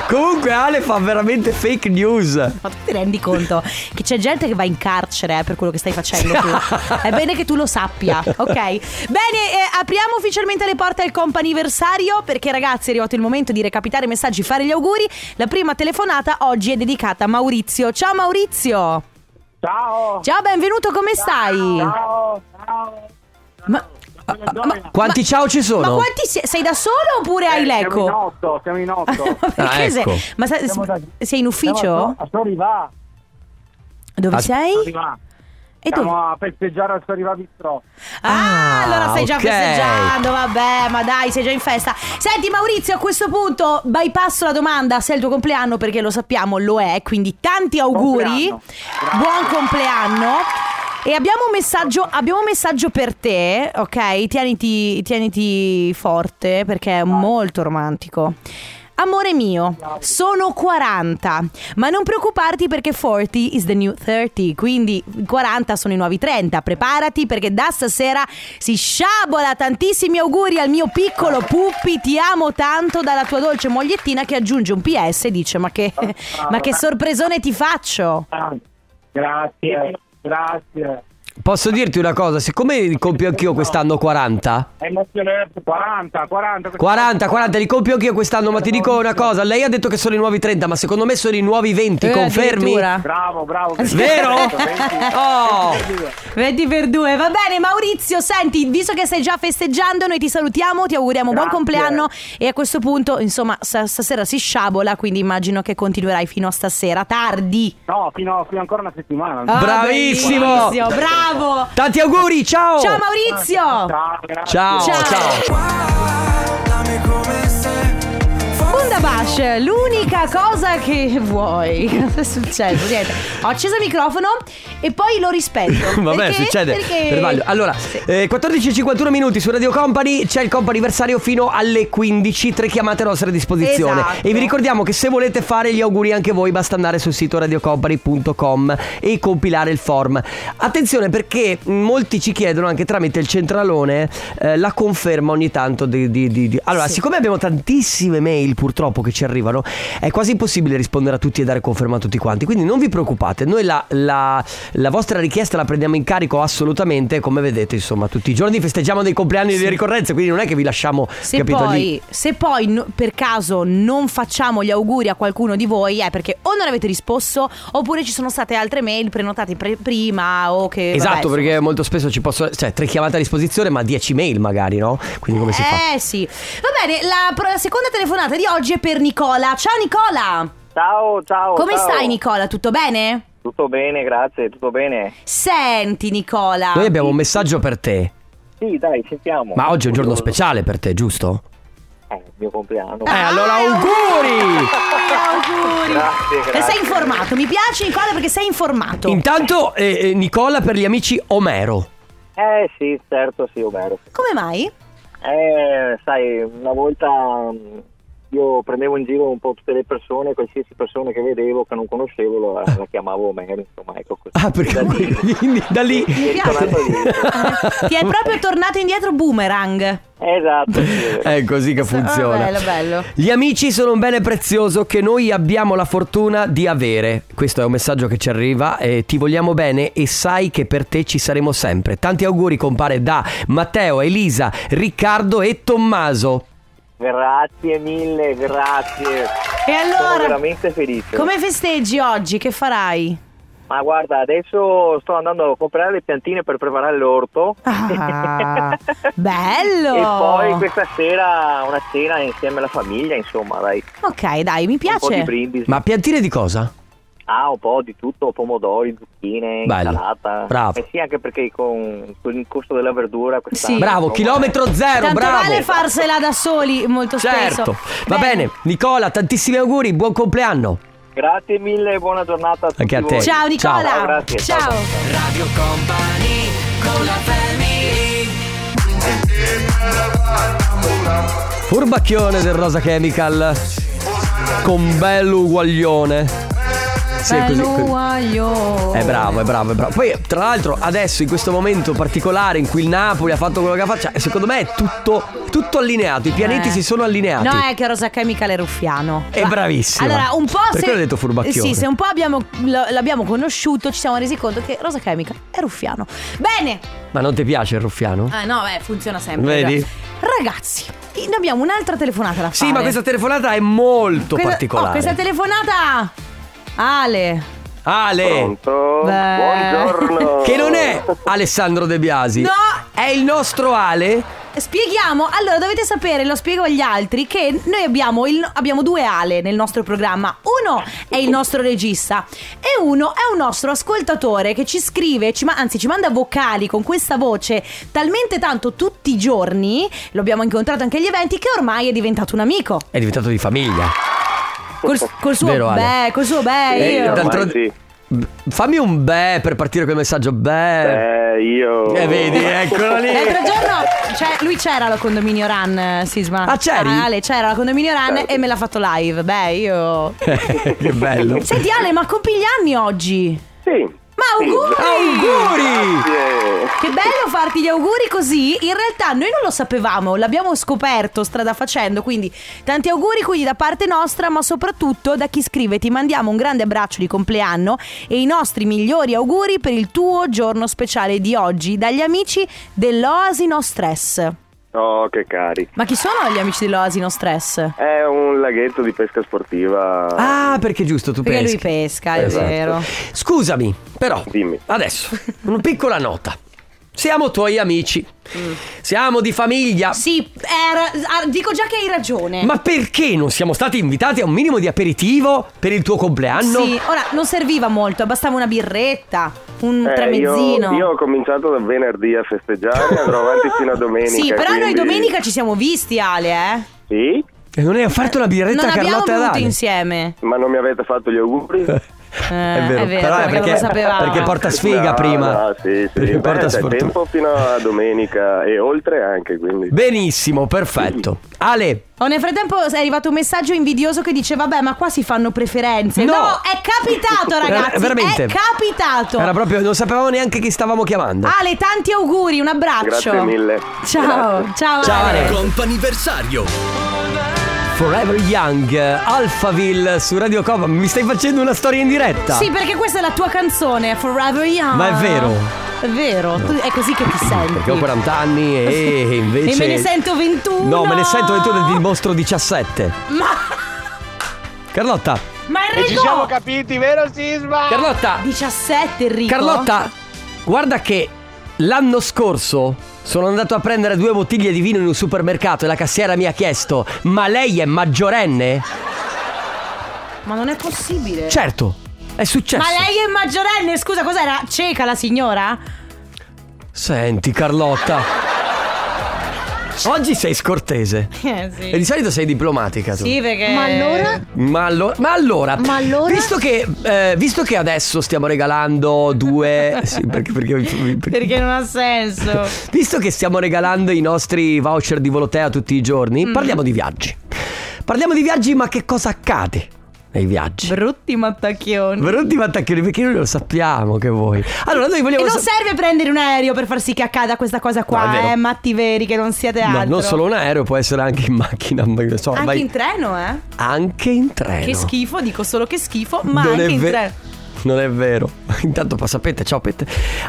Speaker 2: Comunque, Ale fa veramente fake news.
Speaker 3: Ma tu ti rendi conto che c'è gente che va in carcere eh, per quello che stai facendo tu. È bene che tu lo sappia, ok? Bene, eh, apriamo ufficialmente le porte al comp'anniversario perché ragazzi è arrivato il momento di recapitare i messaggi, fare gli auguri. La prima telefonata oggi è dedicata a Maurizio. Ciao Maurizio!
Speaker 10: Ciao,
Speaker 3: Ciao, benvenuto, come stai?
Speaker 10: ciao, ciao.
Speaker 3: Ma, ma-
Speaker 2: Quanti
Speaker 3: ma-
Speaker 2: ciao ci
Speaker 3: ma
Speaker 2: sono?
Speaker 3: quanti si- sei da solo oppure hai
Speaker 10: Eh, Siamo in
Speaker 3: l'eco?
Speaker 10: otto, siamo in otto.
Speaker 3: Ma perché
Speaker 2: Ah,
Speaker 3: sei-
Speaker 2: ecco.
Speaker 3: ma sa-
Speaker 10: Siamo da-
Speaker 3: sei in
Speaker 10: Siamo a
Speaker 3: ufficio?
Speaker 10: Stor- A Storiva,
Speaker 3: Dove
Speaker 2: a-
Speaker 3: sei?
Speaker 10: Storiva.
Speaker 3: E dove?
Speaker 10: Siamo a festeggiare a Storiva Bistro.
Speaker 3: Ah,
Speaker 2: Ah,
Speaker 3: allora stai già
Speaker 2: ok.
Speaker 3: festeggiando, vabbè, ma dai, sei già in festa. Senti Maurizio, a questo punto bypasso la domanda se è il tuo compleanno perché lo sappiamo, lo è, quindi tanti auguri.
Speaker 10: Compleanno. Grazie.
Speaker 3: Buon compleanno. E abbiamo un, messaggio, abbiamo un messaggio per te, ok? Tieniti, tieniti forte perché è molto romantico. Amore mio, sono 40, ma non preoccuparti perché 40 is the new 30, quindi 40 sono i nuovi 30. Preparati perché da stasera si sciabola. Tantissimi auguri al mio piccolo Puppi, ti amo tanto dalla tua dolce mogliettina che aggiunge un PS e dice ma che, ma che sorpresone ti faccio.
Speaker 10: Ah, Grazie, grazie.
Speaker 2: Posso dirti una cosa? Siccome compio anch'io quest'anno 40,
Speaker 10: È emozionante. 40, 40.
Speaker 2: 40, 40, li compio anch'io quest'anno, ma ti dico una cosa, lei ha detto che sono i nuovi 30, ma secondo me sono i nuovi 20,
Speaker 3: Eh,
Speaker 2: confermi?
Speaker 3: addirittura.
Speaker 10: Bravo, bravo.
Speaker 2: Vero? Oh,
Speaker 3: 20 per 2, va bene Maurizio, senti, visto che stai già festeggiando, noi ti salutiamo, ti auguriamo buon
Speaker 10: Grazie.
Speaker 3: compleanno e a questo punto, insomma, sa- stasera si sciabola, quindi immagino che continuerai fino a stasera, tardi.
Speaker 10: No, fino, fino ancora una settimana.
Speaker 3: Ah,
Speaker 2: Bravissimo. Oh.
Speaker 3: bellissimo, Bravo!
Speaker 2: tanti auguri, ciao!
Speaker 3: Ciao Maurizio!
Speaker 10: Ciao, grazie.
Speaker 2: Ciao,
Speaker 3: Ciao.
Speaker 2: ciao.
Speaker 3: Un Wanda Bash, l'unica cosa che vuoi. Cosa è successo? Niente. Ho acceso il microfono e poi lo rispetto.
Speaker 2: Vabbè,
Speaker 3: Perché?
Speaker 2: succede.
Speaker 3: Perché-
Speaker 2: per sbaglio. Allora,
Speaker 3: Sì.
Speaker 2: eh, 14.51 minuti su Radio Company, c'è il comp anniversario fino alle 15, tre chiamate a nostra disposizione.
Speaker 3: Esatto.
Speaker 2: E vi ricordiamo che se volete fare gli auguri anche voi basta andare sul sito radiocompany.com e compilare il form. Attenzione perché molti ci chiedono anche tramite il centralone eh, la conferma ogni tanto di... di- di- di- Allora,
Speaker 3: Sì.
Speaker 2: siccome abbiamo tantissime mail purtroppo che ci arrivano, è quasi impossibile rispondere a tutti e dare conferma a tutti quanti, quindi non vi preoccupate, noi la, la- la vostra richiesta la prendiamo in carico assolutamente, come vedete insomma tutti i giorni festeggiamo dei compleanni e delle ricorrenze, quindi non è che vi lasciamo
Speaker 3: Se
Speaker 2: capito lì.
Speaker 3: poi, se poi no- per caso non facciamo gli auguri a qualcuno di voi è perché o non avete risposto oppure ci sono state altre mail prenotate pre- prima o che...
Speaker 2: Esatto,
Speaker 3: vabbè,
Speaker 2: perché molto spesso ci possono. Cioè, tre chiamate a disposizione, ma 10 mail magari, no? Quindi come si fa?
Speaker 3: Eh sì. Va bene, la, pro- la seconda telefonata di oggi è per Nicola. Ciao Nicola!
Speaker 8: Ciao, ciao.
Speaker 3: Come
Speaker 8: Oh, ciao.
Speaker 3: stai Nicola? Tutto bene?
Speaker 8: Tutto bene, grazie, tutto bene.
Speaker 3: Senti Nicola.
Speaker 2: Noi abbiamo un messaggio per te.
Speaker 8: Sì, dai, sentiamo.
Speaker 2: Ma oggi è un giorno
Speaker 8: Curioso.
Speaker 2: speciale per te, giusto?
Speaker 8: Eh, il mio compleanno.
Speaker 3: Ah,
Speaker 2: Eh, allora
Speaker 3: certo.
Speaker 2: auguri!
Speaker 3: Auguri!
Speaker 8: Grazie,
Speaker 3: E
Speaker 8: grazie.
Speaker 3: sei informato, mi piace Nicola perché sei informato.
Speaker 2: Intanto, eh, eh, Nicola per gli amici Omero.
Speaker 8: Eh sì, certo, sì, Omero.
Speaker 3: Come mai?
Speaker 8: Eh, sai, una volta mh, io prendevo in giro un po' tutte le persone, qualsiasi persona che vedevo, che non conoscevo, la, la chiamavo Omero, insomma, ecco così.
Speaker 2: Ah, perché
Speaker 8: Da lì-
Speaker 2: quindi da lì.
Speaker 8: Mi è
Speaker 3: piace.
Speaker 8: tornato lì.
Speaker 3: Ti è proprio tornato indietro boomerang.
Speaker 8: Esatto, sì, è vero.
Speaker 2: È così che funziona.
Speaker 3: Ah, bello, bello.
Speaker 2: Gli amici sono un bene prezioso che noi abbiamo la fortuna di avere. Questo è un messaggio che ci arriva. eh, ti vogliamo bene e sai che per te ci saremo sempre. Tanti auguri, compare da Matteo, Elisa, Riccardo e Tommaso.
Speaker 8: Grazie mille, grazie.
Speaker 3: E
Speaker 8: Sono
Speaker 3: allora,
Speaker 8: veramente felice.
Speaker 3: come festeggi oggi? Che farai?
Speaker 8: Ma guarda, adesso sto andando a comprare le piantine per preparare l'orto.
Speaker 3: Ah, bello!
Speaker 8: E poi questa sera una cena insieme alla famiglia, insomma, dai.
Speaker 3: Ok, dai, mi
Speaker 8: Un po' di
Speaker 3: piace.
Speaker 8: brindisi.
Speaker 2: Ma piantine di cosa?
Speaker 8: Ah, un po' di tutto, pomodori, zucchine,
Speaker 2: Bello.
Speaker 8: insalata.
Speaker 2: Bravo.
Speaker 8: Eh sì, anche perché con, con il costo della verdura quest'anno.
Speaker 3: Sì.
Speaker 2: Bravo,
Speaker 8: insomma,
Speaker 2: chilometro zero,
Speaker 3: Tanto
Speaker 2: bravo.
Speaker 3: vale farsela da soli molto
Speaker 2: Certo,
Speaker 3: spesso.
Speaker 2: va bene. Nicola, tantissimi auguri, buon compleanno.
Speaker 8: eh. Grazie mille e buona giornata a tutti
Speaker 2: Anche a te.
Speaker 8: voi.
Speaker 3: Ciao Nicola.
Speaker 8: Ciao, grazie.
Speaker 3: Ciao.
Speaker 1: Radio Company con la family
Speaker 2: Furbacchione del Rosa Chemical con bello uguaglione. Sì, è così, così.
Speaker 3: Belluaglio.
Speaker 2: È bravo, eh. è bravo, è bravo. Poi, tra l'altro, adesso in questo momento particolare in cui il Napoli ha fatto quello che faccia, secondo me è tutto, tutto allineato. I pianeti
Speaker 3: Eh.
Speaker 2: si sono allineati.
Speaker 3: No, è che Rosa Chemical è ruffiano.
Speaker 2: È
Speaker 3: Ma-
Speaker 2: bravissima.
Speaker 3: Allora, un po'
Speaker 2: Per
Speaker 3: se.
Speaker 2: quello ho detto furbacchione.
Speaker 3: Sì, se un po' abbiamo- l- l'abbiamo conosciuto, ci siamo resi conto che Rosa Chemical è ruffiano. Bene!
Speaker 2: Ma non ti piace il ruffiano?
Speaker 3: Ah, no, beh, funziona sempre.
Speaker 2: Vedi?
Speaker 3: Ragazzi, ne abbiamo un'altra telefonata da fare.
Speaker 2: Sì, ma questa telefonata è molto
Speaker 3: Questa-
Speaker 2: particolare.
Speaker 3: oh, questa telefonata. Ale.
Speaker 2: Ale,
Speaker 8: Pronto?
Speaker 3: Beh.
Speaker 11: Oh.
Speaker 8: Buongiorno.
Speaker 2: Eh. che non è Alessandro De Biasi.
Speaker 3: No!
Speaker 2: È il nostro Ale.
Speaker 3: Spieghiamo, allora dovete sapere, lo spiego agli altri, che noi abbiamo, il- abbiamo due Ale nel nostro programma. Uno è il nostro regista e uno è un nostro ascoltatore che ci scrive, ci ma- anzi ci manda vocali con questa voce talmente tanto tutti i giorni, lo abbiamo incontrato anche agli eventi, che ormai è diventato un amico.
Speaker 2: È diventato di famiglia.
Speaker 3: Col, col suo
Speaker 2: Vero, Ale?
Speaker 3: beh, col suo beh,
Speaker 2: Eh,
Speaker 3: io.
Speaker 2: d'altro-
Speaker 11: Ormai sì.
Speaker 2: Fammi un beh per partire col messaggio. Beh.
Speaker 11: Eh, io.
Speaker 2: Eh, vedi, eccolo lì.
Speaker 3: L'altro giorno c'è- lui c'era al condominio Run, eh, Sisma.
Speaker 2: Ah, c'eri? Certo.
Speaker 3: Ale c'era al condominio Run e me l'ha fatto live. Beh, io.
Speaker 2: Eh, che bello.
Speaker 3: Senti Ale, ma compi gli anni oggi?
Speaker 11: Sì.
Speaker 3: Ma auguri!
Speaker 2: Ah, Auguri!
Speaker 11: Grazie.
Speaker 3: Che bello farti gli auguri così. In realtà noi non lo sapevamo, l'abbiamo scoperto strada facendo, quindi tanti auguri quindi da parte nostra, ma soprattutto da chi scrive ti mandiamo un grande abbraccio di compleanno e i nostri migliori auguri per il tuo giorno speciale di oggi dagli amici dell'Oasino Stress.
Speaker 11: Oh, che cari.
Speaker 3: Ma chi sono gli amici dell'Oasino Stress?
Speaker 11: È un laghetto di pesca sportiva.
Speaker 2: Ah, perché giusto, tu
Speaker 3: Perché
Speaker 2: pensi.
Speaker 3: lui pesca, è
Speaker 2: Esatto.
Speaker 3: vero.
Speaker 2: Scusami, però,
Speaker 11: Dimmi.
Speaker 2: adesso, una piccola nota. Siamo tuoi amici, siamo di famiglia.
Speaker 3: Sì, era- ah, dico già che hai ragione.
Speaker 2: Ma perché non siamo stati invitati a un minimo di aperitivo per il tuo compleanno?
Speaker 3: Sì, ora non serviva molto, bastava una birretta, un
Speaker 11: Eh,
Speaker 3: tramezzino.
Speaker 11: io, io ho cominciato da venerdì a festeggiare, andrò avanti fino a domenica.
Speaker 3: Sì, però noi
Speaker 11: quindi-
Speaker 3: domenica ci siamo visti, Ale, eh.
Speaker 11: Sì?
Speaker 2: E non hai offerto la birretta
Speaker 3: non
Speaker 2: a
Speaker 3: abbiamo
Speaker 2: Carlotta
Speaker 3: bevuto
Speaker 2: Adani.
Speaker 3: insieme.
Speaker 11: Ma non mi avete fatto gli auguri?
Speaker 3: Eh,
Speaker 2: vero, però è
Speaker 3: perché, non
Speaker 2: perché-
Speaker 3: lo sapevamo.
Speaker 2: perché porta sfiga
Speaker 11: No,
Speaker 2: prima.
Speaker 11: no, sì, sì.
Speaker 2: Perché
Speaker 11: Beh,
Speaker 2: porta
Speaker 11: c'è
Speaker 2: sfortuna.
Speaker 11: tempo fino a domenica e oltre anche, quindi.
Speaker 2: Benissimo, perfetto. Ale,
Speaker 3: Oh, nel frattempo è arrivato un messaggio invidioso che dice: Vabbè, ma qua si fanno preferenze.
Speaker 2: No!
Speaker 3: è capitato, ragazzi.
Speaker 2: Ver- veramente.
Speaker 3: È capitato.
Speaker 2: era proprio, non sapevamo neanche chi stavamo chiamando.
Speaker 3: Ale, tanti auguri, un abbraccio.
Speaker 11: Grazie mille.
Speaker 3: Ciao, ciao,
Speaker 2: Ciao,
Speaker 3: Ale.
Speaker 2: Ale. Comp'anniversario. Forever Young, eh, Alphaville su Radio Copa. Mi stai facendo una storia in diretta?
Speaker 3: Sì, perché questa è la tua canzone, Forever Young.
Speaker 2: Ma è vero.
Speaker 3: È vero, tu- è così che ti
Speaker 2: Perché ho
Speaker 3: senti.
Speaker 2: 40 anni e invece.
Speaker 3: E me ne sento 21.
Speaker 2: No, me ne sento e tu ne dimostro 17.
Speaker 3: Ma,
Speaker 2: Carlotta,
Speaker 3: ma Enrico!
Speaker 10: capiti, vero Sisma?
Speaker 2: Carlotta,
Speaker 3: 17 Enrico.
Speaker 2: Carlotta, guarda che l'anno scorso sono andato a prendere due bottiglie di vino in un supermercato e la cassiera mi ha chiesto: Ma lei è maggiorenne?
Speaker 3: Ma non è possibile.
Speaker 2: Certo, è successo.
Speaker 3: Ma lei è maggiorenne, scusa, cos'era? Cieca la signora?
Speaker 2: Senti, Carlotta. Oggi sei scortese.
Speaker 3: Eh sì.
Speaker 2: E di solito sei diplomatica tu.
Speaker 3: Sì, perché.
Speaker 12: Ma allora?
Speaker 2: Ma, allo- ma allora,
Speaker 12: Ma allora?
Speaker 2: Visto, che, eh, visto che adesso stiamo regalando due. sì, perché, perché- perché-
Speaker 3: Perché non ha senso.
Speaker 2: Visto che stiamo regalando i nostri voucher di Volotea tutti i
Speaker 3: Mm.
Speaker 2: giorni, parliamo di viaggi. Parliamo di viaggi, ma che cosa accade nei viaggi?
Speaker 3: Brutti mattacchioni.
Speaker 2: Brutti attacchioni, perché noi lo sappiamo che voi. Allora, noi
Speaker 3: E
Speaker 2: vogliamo.
Speaker 3: non
Speaker 2: sa-
Speaker 3: serve prendere un aereo per far sì che accada questa cosa qua,
Speaker 2: No, è vero.
Speaker 3: eh, matti veri che non siete
Speaker 2: No,
Speaker 3: altro.
Speaker 2: non solo un aereo, può essere anche in macchina. ma che ne so,
Speaker 3: Anche
Speaker 2: vai-
Speaker 3: in treno, eh.
Speaker 2: Anche in treno.
Speaker 3: Che schifo, dico solo che schifo, ma
Speaker 2: Eh, Non è
Speaker 3: anche in
Speaker 2: ve-
Speaker 3: treno.
Speaker 2: Non è vero. Intanto passapette, ciao Pet.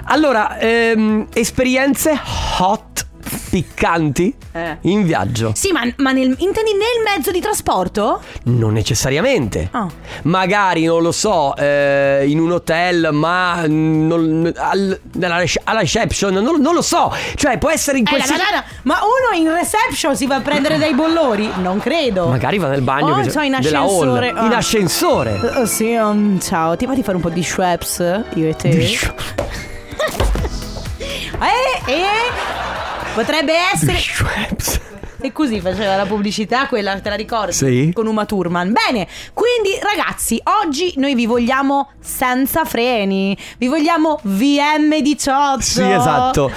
Speaker 2: Allora, ehm, esperienze hot, piccanti
Speaker 3: Eh.
Speaker 2: in viaggio.
Speaker 3: Sì, ma, ma nel- intendi nel mezzo di trasporto?
Speaker 2: Non necessariamente.
Speaker 3: Ah.
Speaker 2: Magari, non lo so, eh, in un hotel, ma non- al- nella rece- alla reception, non, non lo so. Cioè, può essere in
Speaker 3: Eh, la
Speaker 2: qualsiasi...
Speaker 3: banana. Ma uno in reception si va a prendere dei bollori? Non credo.
Speaker 2: Magari va nel bagno
Speaker 3: Oh,
Speaker 2: che-
Speaker 3: so, in
Speaker 2: della hall.
Speaker 3: ascensore. Ah.
Speaker 2: In ascensore.
Speaker 3: Eh, sì, um, ciao, ti va di fare un po' di Schweppes? Io e te. eh, eh, potrebbe essere.
Speaker 2: Schweppes.
Speaker 3: E così faceva la pubblicità, quella te la ricordi?
Speaker 2: Sì.
Speaker 3: Con Uma Thurman. Bene, quindi ragazzi, oggi noi vi vogliamo senza freni. Vi vogliamo VM18.
Speaker 2: Sì, esatto.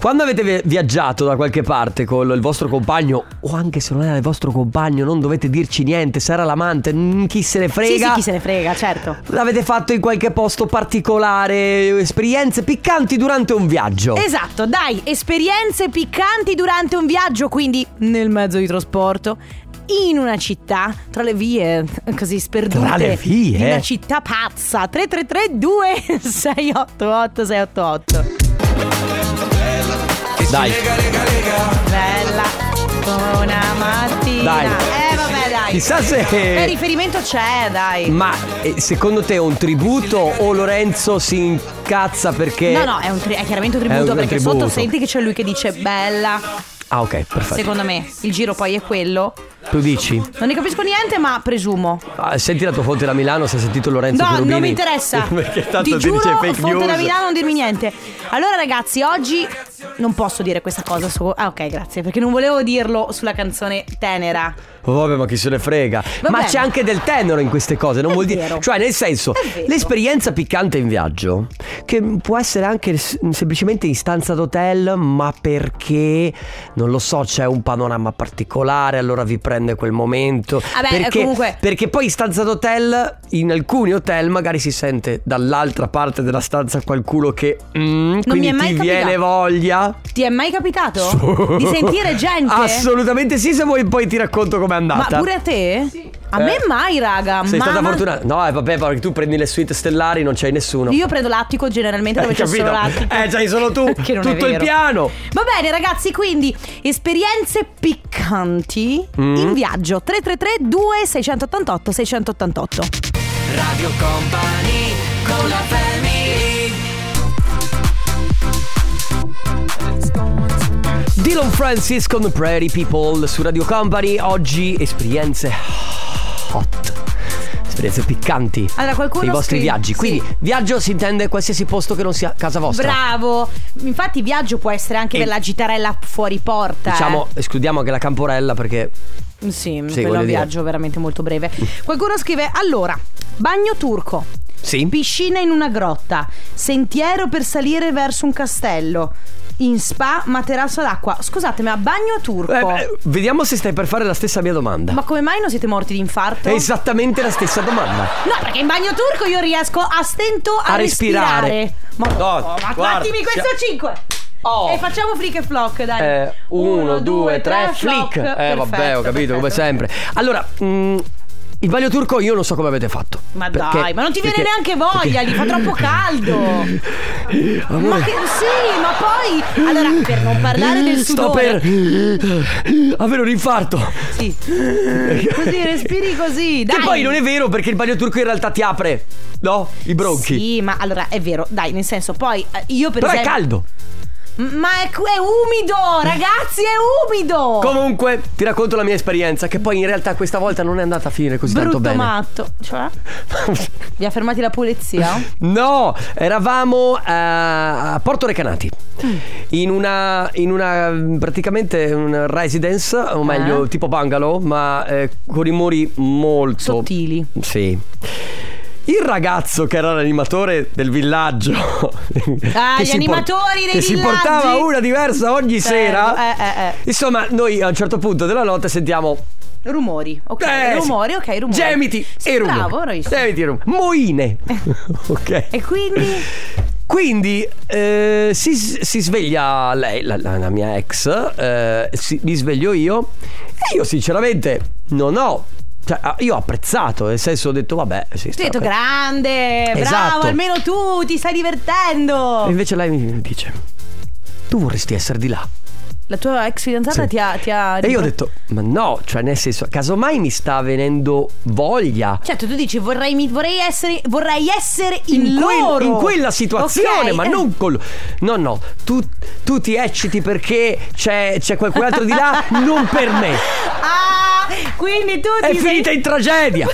Speaker 2: Quando avete vi- viaggiato da qualche parte con il vostro compagno, o anche se non era il vostro compagno, non dovete dirci niente, se era l'amante, mm, chi se ne
Speaker 3: Sì,
Speaker 2: frega.
Speaker 3: sì, chi se ne frega, certo.
Speaker 2: L'avete fatto in qualche posto particolare, esperienze piccanti durante un viaggio.
Speaker 3: Esatto, dai, esperienze piccanti durante un viaggio, quindi nel mezzo di trasporto, in una città, tra le vie eh, così sperdute.
Speaker 2: Tra le vie?
Speaker 3: Di una città pazza. 3332 688 688.
Speaker 2: Dai,
Speaker 3: Bella come una mattina.
Speaker 2: Dai.
Speaker 3: Eh vabbè, dai.
Speaker 2: chissà
Speaker 3: Eh,
Speaker 2: se...
Speaker 3: riferimento c'è, dai.
Speaker 2: Ma eh, secondo te è un tributo o Lorenzo si incazza perché...
Speaker 3: No, no, è, un tri- è chiaramente un tributo
Speaker 2: un
Speaker 3: perché
Speaker 2: tributo.
Speaker 3: sotto senti che c'è lui che dice bella.
Speaker 2: Ah, ok, perfetto.
Speaker 3: Secondo me il giro poi è quello.
Speaker 2: Tu dici?
Speaker 3: Non ne capisco niente, ma presumo.
Speaker 2: Ah, senti la tua fonte da Milano, se hai sentito Lorenzo
Speaker 3: No,
Speaker 2: Cherubini?
Speaker 3: non mi interessa.
Speaker 2: perché tanto
Speaker 3: Ti
Speaker 2: ti
Speaker 3: giuro,
Speaker 2: dice fake
Speaker 3: fonte da
Speaker 2: news.
Speaker 3: Milano, non dirmi niente. Allora, ragazzi, oggi non posso dire questa cosa. Su... Ah, ok, grazie. Perché non volevo dirlo sulla canzone Tenera.
Speaker 2: Oh, Vabbè, ma chi se ne frega.
Speaker 3: Vabbè.
Speaker 2: Ma c'è anche del tenero in queste cose, non
Speaker 3: È
Speaker 2: vuol dire.
Speaker 3: vero.
Speaker 2: Cioè, nel senso,
Speaker 3: È vero.
Speaker 2: l'esperienza piccante in viaggio, che può essere anche s- semplicemente in stanza d'hotel, ma perché non lo so, c'è un panorama particolare, allora vi prende quel momento.
Speaker 3: Vabbè,
Speaker 2: perché,
Speaker 3: Ah, comunque-
Speaker 2: perché poi in stanza d'hotel, in alcuni hotel, magari si sente dall'altra parte della stanza qualcuno che. mm,
Speaker 3: mi
Speaker 2: quindi
Speaker 3: è
Speaker 2: ti
Speaker 3: mai
Speaker 2: viene
Speaker 3: capitato.
Speaker 2: voglia.
Speaker 3: Ti è mai capitato di sentire gente?
Speaker 2: Assolutamente sì, se vuoi poi ti racconto com'è
Speaker 3: Ma
Speaker 2: andata.
Speaker 3: pure a te? A me
Speaker 2: Eh.
Speaker 3: mai, raga.
Speaker 2: Sei
Speaker 3: ma-
Speaker 2: stata
Speaker 3: ma-
Speaker 2: fortunata. No, eh, vabbè, perché tu prendi le suite stellari, non c'hai nessuno.
Speaker 3: Io prendo l'attico generalmente dove
Speaker 2: Hai
Speaker 3: c'è solo
Speaker 2: Eh, capito?
Speaker 3: l'attico.
Speaker 2: Eh, c'hai solo tu.
Speaker 3: Che non è
Speaker 2: Tutto il
Speaker 3: vero.
Speaker 2: piano.
Speaker 3: Va bene ragazzi, quindi esperienze piccanti
Speaker 2: Mm.
Speaker 3: in viaggio 333 2688 688.
Speaker 1: Radio Company con la family
Speaker 2: Dylan Francis con Prairie People su Radio Company. Oggi esperienze hot. Esperienze piccanti.
Speaker 3: Allora, qualcuno
Speaker 2: Dei vostri
Speaker 3: scrive-
Speaker 2: viaggi.
Speaker 3: sì.
Speaker 2: Quindi, viaggio si intende qualsiasi posto che non sia casa vostra.
Speaker 3: Bravo! Infatti viaggio può essere anche
Speaker 2: E-
Speaker 3: della gitarella fuori porta. eh.
Speaker 2: Diciamo, escludiamo anche la camporella perché.
Speaker 3: Sì,
Speaker 2: Sì,
Speaker 3: quello è
Speaker 2: voglio
Speaker 3: un
Speaker 2: dire.
Speaker 3: viaggio veramente molto breve. Qualcuno scrive: Allora, bagno turco.
Speaker 2: Sì.
Speaker 3: Piscina in una grotta. Sentiero per salire verso un castello. In spa, materasso d'acqua. Scusate, ma bagno turco.
Speaker 2: Eh, beh, vediamo se stai per fare la stessa mia domanda.
Speaker 3: ma come mai non siete morti di infarto?
Speaker 2: È esattamente la stessa domanda.
Speaker 3: No, perché in bagno turco io riesco a stento a,
Speaker 2: A respirare.
Speaker 3: Ma,
Speaker 2: No,
Speaker 3: oh, ma
Speaker 2: guarda,
Speaker 3: attimi questo
Speaker 2: sia- Oh.
Speaker 3: 5. E facciamo flick e flock, dai.
Speaker 2: Eh, uno, due, tre, flick. Eh, vabbè, ho capito, come sempre. Allora, mm, il bagno turco io non so come avete fatto.
Speaker 3: Ma
Speaker 2: Perché-
Speaker 3: dai, ma non ti viene
Speaker 2: perché-
Speaker 3: neanche voglia,
Speaker 2: perché-
Speaker 3: lì fa troppo caldo. ma
Speaker 2: Amore,
Speaker 3: che sì, ma poi allora per non parlare del
Speaker 2: Eh, Sto
Speaker 3: sudore.
Speaker 2: per eh, avere un infarto.
Speaker 3: Sì. Così respiri così, dai.
Speaker 2: Che poi non è vero perché il bagno turco in realtà ti apre, no? I bronchi.
Speaker 3: Sì, ma allora è vero, dai, nel senso, poi eh, io per
Speaker 2: Però è
Speaker 3: esempio
Speaker 2: caldo.
Speaker 3: M- Ma è, cu- è umido, ragazzi, è umido.
Speaker 2: Comunque, ti racconto la mia esperienza, che poi in realtà questa volta non è andata a finire così
Speaker 3: Brutto
Speaker 2: tanto bene.
Speaker 3: matto. Cioè? Vi ha fermati la polizia?
Speaker 2: No, eravamo eh, a Porto Recanati
Speaker 3: Mm.
Speaker 2: in una, in una mm, praticamente un residence,
Speaker 3: Eh?
Speaker 2: o meglio, tipo bungalow, ma eh, con i muri molto
Speaker 3: sottili.
Speaker 2: Sì. Il ragazzo che era l'animatore del villaggio,
Speaker 3: Ah,
Speaker 2: che si
Speaker 3: gli
Speaker 2: por-
Speaker 3: animatori dei
Speaker 2: che si
Speaker 3: villaggi.
Speaker 2: portava una diversa ogni
Speaker 3: Certo,
Speaker 2: sera.
Speaker 3: eh, eh, eh.
Speaker 2: Insomma, noi a un certo punto della notte sentiamo
Speaker 3: Rumori, ok.
Speaker 2: Eh,
Speaker 3: rumori, ok, rumori.
Speaker 2: Gemiti
Speaker 3: Sì,
Speaker 2: e rumori.
Speaker 3: Bravo, bravissimo.
Speaker 2: Gemiti e rumori. Moine. ok.
Speaker 3: E quindi?
Speaker 2: Quindi eh, si, si sveglia lei, la, la- la mia ex, eh, si- mi sveglio io e io sinceramente non ho... Cioè, ah, io ho apprezzato, nel senso ho detto vabbè... Sì,
Speaker 3: Ti ho
Speaker 2: sta-
Speaker 3: detto grande, bravo,
Speaker 2: Esatto.
Speaker 3: almeno tu ti stai divertendo.
Speaker 2: E invece lei mi dice, tu vorresti essere di là.
Speaker 3: La tua ex fidanzata
Speaker 2: Sì.
Speaker 3: ti ha... ti ha-
Speaker 2: E io ho detto, ma no, cioè nel senso, casomai mi sta venendo voglia
Speaker 3: Certo, tu dici vorrei, mi- vorrei essere, vorrei essere in,
Speaker 2: quel-
Speaker 3: loro.
Speaker 2: in quella situazione,
Speaker 3: Ok,
Speaker 2: ma
Speaker 3: eh,
Speaker 2: non col. No, no, tu, tu ti ecciti perché c'è, c'è qualcun altro di là, non per me.
Speaker 3: Ah, quindi tu
Speaker 2: È
Speaker 3: ti sei-
Speaker 2: finita in tragedia.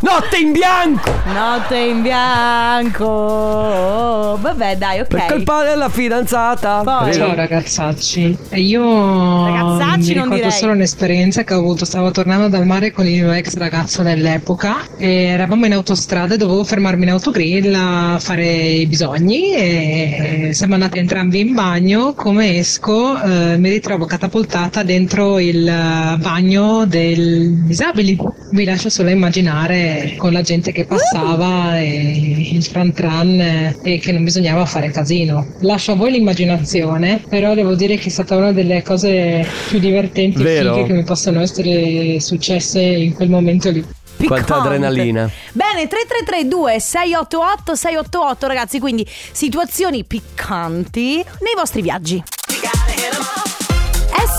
Speaker 2: Notte in bianco
Speaker 3: Notte in bianco. Oh, Vabbè, dai, ok.
Speaker 2: per colpa della fidanzata.
Speaker 3: Poi-
Speaker 2: Credo.
Speaker 12: Ciao ragazzacci, E io
Speaker 3: Ragazzacci
Speaker 12: mi
Speaker 3: non
Speaker 12: ricordo
Speaker 3: direi.
Speaker 12: solo un'esperienza che ho avuto, stavo tornando dal mare con il mio ex ragazzo dell'epoca, e eravamo in autostrada e dovevo fermarmi in autogrill a fare i bisogni e siamo andati entrambi in bagno, come esco eh, mi ritrovo catapultata dentro il eh, bagno del disabili, vi lascio solo immaginare con la gente che passava e il tran tran eh, e che non bisognava fare casino. Lascio a voi l'immaginazione, però devo dire che è stata una delle cose più divertenti e
Speaker 2: Vero.
Speaker 12: fighe che mi possono essere successe in quel momento lì.
Speaker 2: Quanta
Speaker 3: Piccante.
Speaker 2: adrenalina.
Speaker 3: Bene, 3332 688 688 ragazzi, quindi situazioni piccanti nei vostri viaggi.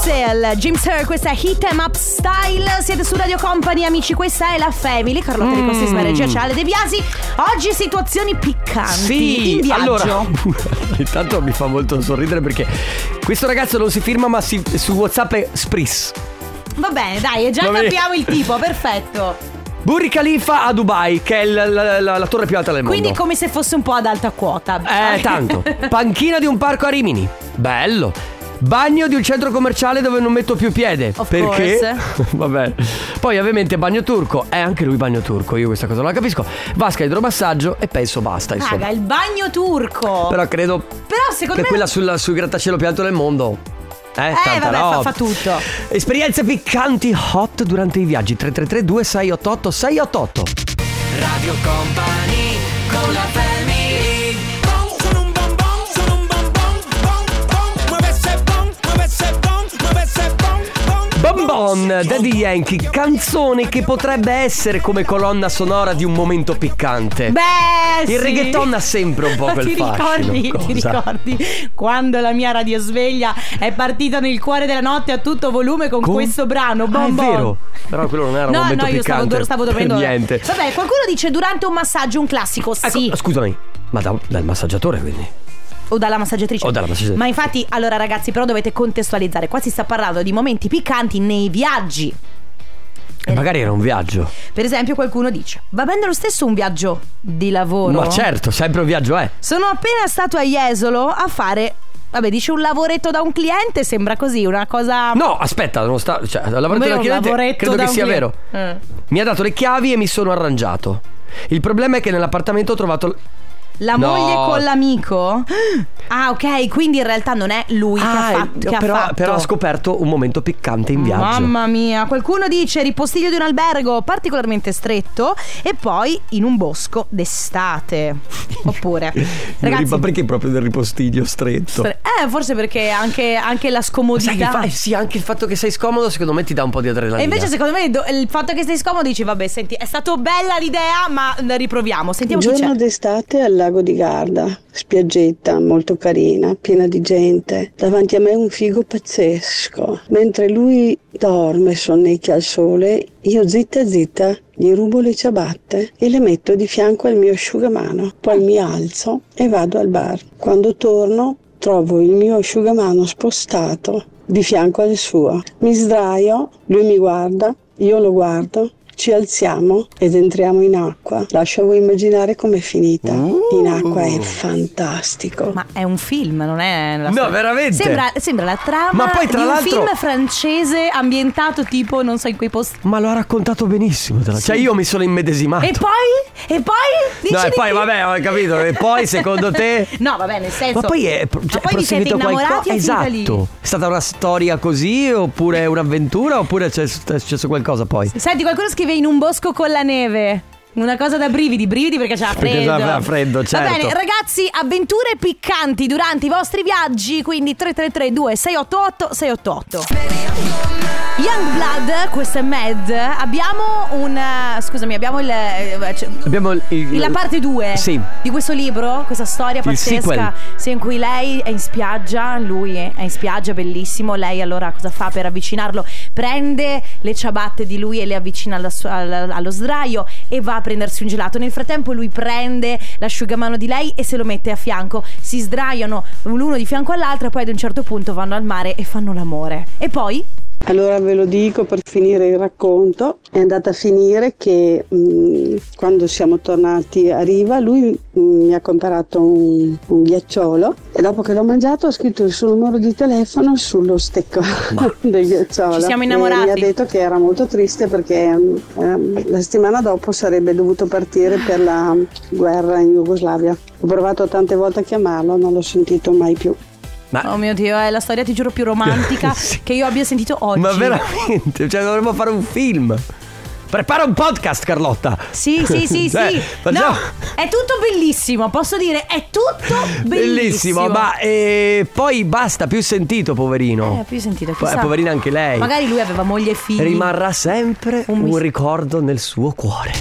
Speaker 3: SL, James Hare, questa è Hit Em Up Style, siete su Radio Company amici, questa è la Family, Carlotta di Costi
Speaker 2: Mm.
Speaker 3: Smeregia, Ciale De Biasi, oggi situazioni piccanti
Speaker 2: Sì,
Speaker 3: in viaggio.
Speaker 2: allora. Intanto mi fa molto sorridere perché questo ragazzo non si firma, ma si- su WhatsApp è Spris.
Speaker 3: Va bene, dai, già
Speaker 2: Va bene.
Speaker 3: capiamo il tipo, perfetto.
Speaker 2: Burj Khalifa a Dubai, che è il- la, la- la torre più alta del mondo.
Speaker 3: Quindi come se fosse un po' ad alta quota.
Speaker 2: Eh, tanto. Panchina di un parco a Rimini. Bello. Bagno di un centro commerciale dove non metto più piede.
Speaker 3: Of
Speaker 2: perché? Vabbè. Poi ovviamente bagno turco. È anche lui bagno turco, io questa cosa non la capisco. Vasca idromassaggio e penso basta, insomma.
Speaker 3: Raga, il bagno turco.
Speaker 2: Però credo
Speaker 3: Però secondo
Speaker 2: che
Speaker 3: me
Speaker 2: quella sulla- sul grattacielo più alto del mondo. Eh,
Speaker 3: Eh,
Speaker 2: tanta
Speaker 3: vabbè, fa,
Speaker 2: roba.
Speaker 3: fa tutto.
Speaker 2: Esperienze piccanti hot durante i viaggi 3332 688 688
Speaker 1: Radio Company con la family. Sono un bonbon, sono un bonbon, bon, bon. Muove ese bon, muove ese bon, muove ese bon, bon.
Speaker 2: Bonbon, Daddy Yankee, canzone che potrebbe essere come colonna sonora di un momento piccante.
Speaker 3: Beh,
Speaker 2: Il
Speaker 3: sì.
Speaker 2: reggaeton ha sempre un po'
Speaker 3: Ma
Speaker 2: quel
Speaker 3: ti
Speaker 2: fascino,
Speaker 3: ricordi,
Speaker 2: cosa?
Speaker 3: ti ricordi quando la mia radiosveglia è partita nel cuore della notte a tutto volume con
Speaker 2: Con-
Speaker 3: questo brano? Bon
Speaker 2: Ah, è
Speaker 3: bon.
Speaker 2: vero. Però quello non era un
Speaker 3: No,
Speaker 2: momento
Speaker 3: no, io stavo,
Speaker 2: piccante
Speaker 3: dor- stavo
Speaker 2: per
Speaker 3: dormendo.
Speaker 2: niente.
Speaker 3: Vabbè, qualcuno dice durante un massaggio un classico,
Speaker 2: Ecco,
Speaker 3: sì.
Speaker 2: Scusami, ma da- dal massaggiatore quindi.
Speaker 3: O dalla massaggiatrice.
Speaker 2: O dalla massaggiatrice.
Speaker 3: Ma infatti, allora ragazzi, però dovete contestualizzare. Qua si sta parlando di momenti piccanti nei viaggi.
Speaker 2: E magari era un viaggio.
Speaker 3: Per esempio, qualcuno dice: Va bene lo stesso un viaggio di lavoro.
Speaker 2: certo, Ma certo, sempre un viaggio è.
Speaker 3: Sono appena stato a Jesolo a fare Vabbè, dici un lavoretto da un cliente, sembra così, una cosa...
Speaker 2: No, aspetta, non sta. Cioè, la lavoratura
Speaker 3: Come
Speaker 2: del
Speaker 3: un
Speaker 2: cliente
Speaker 3: lavoretto
Speaker 2: credo
Speaker 3: da
Speaker 2: che
Speaker 3: un
Speaker 2: sia
Speaker 3: cliente?
Speaker 2: vero.
Speaker 3: Eh.
Speaker 2: Mi ha dato le chiavi e mi sono arrangiato. Il problema è che nell'appartamento ho trovato. l-
Speaker 3: La
Speaker 2: No.
Speaker 3: moglie con l'amico? Ah, ok, quindi in realtà non è lui
Speaker 2: Ah,
Speaker 3: che ha fatto.
Speaker 2: eh,
Speaker 3: che ha
Speaker 2: però,
Speaker 3: fatto.
Speaker 2: però ha scoperto un momento piccante in viaggio.
Speaker 3: Mamma mia, qualcuno dice ripostiglio di un albergo particolarmente stretto e poi in un bosco d'estate. Oppure, ragazzi,
Speaker 2: Ma perché proprio del ripostiglio stretto?
Speaker 3: eh, forse perché anche, anche la
Speaker 2: Sai che
Speaker 3: scomodità.
Speaker 2: fa- eh, Sì, anche il fatto che sei scomodo, secondo me ti dà un po' di adrenalina.
Speaker 3: E invece secondo me do- il fatto che stai scomodo dici vabbè senti è stato bella l'idea ma mm, riproviamo sentiamo chi c'è
Speaker 13: giorno d'estate al lago di Garda, spiaggetta molto carina, piena di gente. Davanti a me un figo pazzesco. Mentre lui dorme, sonnecchia al sole, io zitta zitta gli rubo le ciabatte e le metto di fianco al mio asciugamano. Poi mi alzo e vado al bar. Quando torno trovo il mio asciugamano spostato di fianco al suo. Mi sdraio, lui mi guarda, io lo guardo, ci alziamo ed entriamo in acqua. Lascia voi immaginare com'è finita. In acqua è fantastico.
Speaker 3: Ma è un film, non è la
Speaker 13: No,
Speaker 3: storia.
Speaker 13: veramente?
Speaker 3: Sembra, sembra la trama
Speaker 13: Ma poi, tra
Speaker 3: di un
Speaker 2: l'altro-
Speaker 3: film francese ambientato tipo non so in quei posti.
Speaker 2: Ma lo ha raccontato benissimo. Cioè, io mi sono immedesimato.
Speaker 3: E poi? E poi? Dici
Speaker 2: Esatto. no, e
Speaker 3: di
Speaker 2: poi,
Speaker 3: chi?
Speaker 2: vabbè, ho capito. E poi, secondo te.
Speaker 3: No, vabbè, nel senso.
Speaker 2: Ma poi è,
Speaker 3: Ma
Speaker 2: cioè,
Speaker 3: poi
Speaker 2: è
Speaker 3: vi siete
Speaker 2: proseguito
Speaker 3: innamorati
Speaker 2: qualcosa.
Speaker 3: o è finita lì?
Speaker 2: Esatto. È stata una storia così, oppure è un'avventura, oppure c'è, è successo qualcosa poi?
Speaker 3: Senti, qualcuno scrive in un bosco con la neve. Una cosa da brividi, brividi perché c'era
Speaker 2: Perché
Speaker 3: freddo.
Speaker 2: c'era freddo, certo.
Speaker 3: Va bene, ragazzi, avventure piccanti durante i vostri viaggi, quindi 333 2688 688. Youngblood, questo è Mad. Abbiamo un eh, scusami, abbiamo il eh, cioè,
Speaker 2: Abbiamo il, il-
Speaker 3: la parte 2
Speaker 2: Sì.
Speaker 3: di questo libro, questa storia
Speaker 2: Il sequel.
Speaker 3: pazzesca sì, in cui lei è in spiaggia, lui è è in spiaggia, bellissimo. Lei allora cosa fa per avvicinarlo? Prende le ciabatte di lui e le avvicina alla sua- alla- allo sdraio e va a prendersi un gelato. Nel frattempo lui prende l'asciugamano di lei e se lo mette a fianco. Si sdraiano l'uno di fianco all'altra, poi ad un certo punto vanno al mare e fanno l'amore. E poi?
Speaker 13: Allora ve lo dico per finire il racconto, è andata a finire che mh, quando siamo tornati a Riva lui mh, mi ha comprato un, un ghiacciolo e dopo che l'ho mangiato ho scritto il suo numero di telefono sullo stecco del ghiacciolo.
Speaker 3: Ci siamo
Speaker 13: E
Speaker 3: innamorati.
Speaker 13: Mi ha detto che era molto triste perché mh, ehm, la settimana dopo sarebbe dovuto partire per la guerra in Jugoslavia. Ho provato tante volte a chiamarlo, non l'ho sentito mai più.
Speaker 3: Oh mio Dio, è la storia, ti giuro, più romantica che io abbia sentito oggi.
Speaker 2: Ma veramente, cioè, dovremmo fare un film. Prepara un podcast, Carlotta.
Speaker 3: Sì, sì, sì,
Speaker 2: Cioè,
Speaker 3: sì.
Speaker 2: facciamo-
Speaker 3: No, è tutto bellissimo, posso dire, è tutto bellissimo.
Speaker 2: Bellissimo, ma eh, poi basta, più sentito, poverino.
Speaker 3: Eh, più sentito,
Speaker 2: Po-
Speaker 3: chissà.
Speaker 2: poverina anche lei.
Speaker 3: Magari lui aveva moglie e figli.
Speaker 2: Rimarrà sempre un,
Speaker 3: mis-
Speaker 2: ricordo nel suo cuore.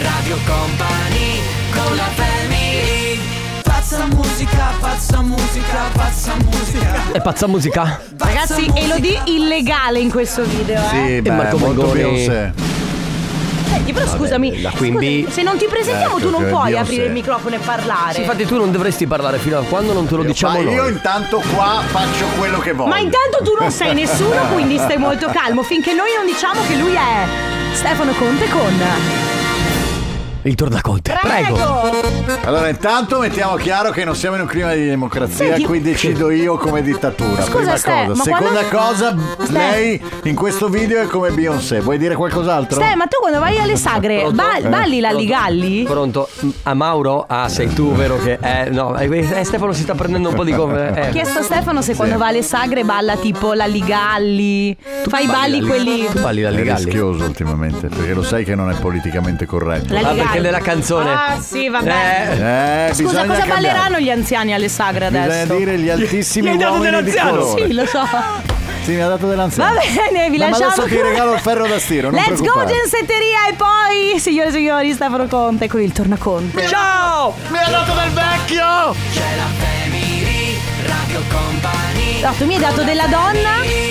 Speaker 1: Radio Company con la family Pazza musica, pazza musica, pazza musica
Speaker 2: È pazza musica?
Speaker 3: Ragazzi, Elodie illegale in questo video, eh.
Speaker 2: e Marco Mengoni.
Speaker 3: Senti, però
Speaker 2: Vabbè,
Speaker 3: scusami,
Speaker 2: bella, quindi-
Speaker 3: scusami, se non ti presentiamo
Speaker 2: Ecco
Speaker 3: tu non
Speaker 2: che
Speaker 3: puoi
Speaker 2: Beyoncé-
Speaker 3: aprire il microfono e parlare.
Speaker 2: Sì, infatti tu non dovresti parlare fino a quando non te lo diciamo
Speaker 14: Ma
Speaker 2: noi.
Speaker 14: io intanto qua faccio quello che voglio.
Speaker 3: Ma intanto tu non sei nessuno, quindi stai molto calmo finché noi non diciamo che lui è Stefano Conte con
Speaker 2: Il tornaconte.
Speaker 14: Allora, intanto mettiamo chiaro che non siamo in un clima di democrazia,
Speaker 3: Senti-
Speaker 14: qui decido io come dittatura.
Speaker 3: Scusa,
Speaker 14: prima
Speaker 3: Ste,
Speaker 14: cosa.
Speaker 3: ma
Speaker 14: Seconda
Speaker 3: quando-
Speaker 14: cosa,
Speaker 3: Ste.
Speaker 14: lei in questo video è come Beyoncé. Vuoi dire qualcos'altro?
Speaker 3: Ste, ma tu quando vai alle sagre ba- balli la Ligalli?
Speaker 2: Pronto? A Mauro? Ah, sei tu, vero che... Eh, no, eh, eh, Stefano si sta prendendo un po' di... com- eh.
Speaker 3: Ho chiesto a Stefano se
Speaker 2: Sì.
Speaker 3: quando va alle sagre balla tipo la Ligalli. Fai i balli quelli.
Speaker 14: la È rischioso ultimamente, perché lo sai che non è politicamente corretto.
Speaker 3: La Ah, Ligali. perché
Speaker 2: nella canzone.
Speaker 3: Ah, sì, vabbè.
Speaker 14: Eh, eh,
Speaker 3: Scusa,
Speaker 14: bisogna
Speaker 3: cosa
Speaker 14: cambiare.
Speaker 3: balleranno gli anziani alle sagre
Speaker 14: Bisogna
Speaker 3: adesso?
Speaker 14: dire gli
Speaker 2: Gli
Speaker 14: altissimi
Speaker 2: hai dato
Speaker 14: uomini di
Speaker 2: dell'anziano?
Speaker 14: colore.
Speaker 3: Sì, lo so.
Speaker 14: Sì, mi ha dato dell'anziano.
Speaker 3: Va bene, vi
Speaker 14: Ma
Speaker 3: lasciamo
Speaker 14: adesso ti
Speaker 3: con-
Speaker 14: regalo il ferro da stiro, non
Speaker 3: Let's go,
Speaker 14: preoccupare.
Speaker 3: Gensetteria! E poi, signore e signori, Stefano Conte con il Tornaconte.
Speaker 1: Ciao!
Speaker 14: Mi ha dato del vecchio!
Speaker 1: C'è la family Radio Company
Speaker 3: Esatto, No, tu mi hai dato della donna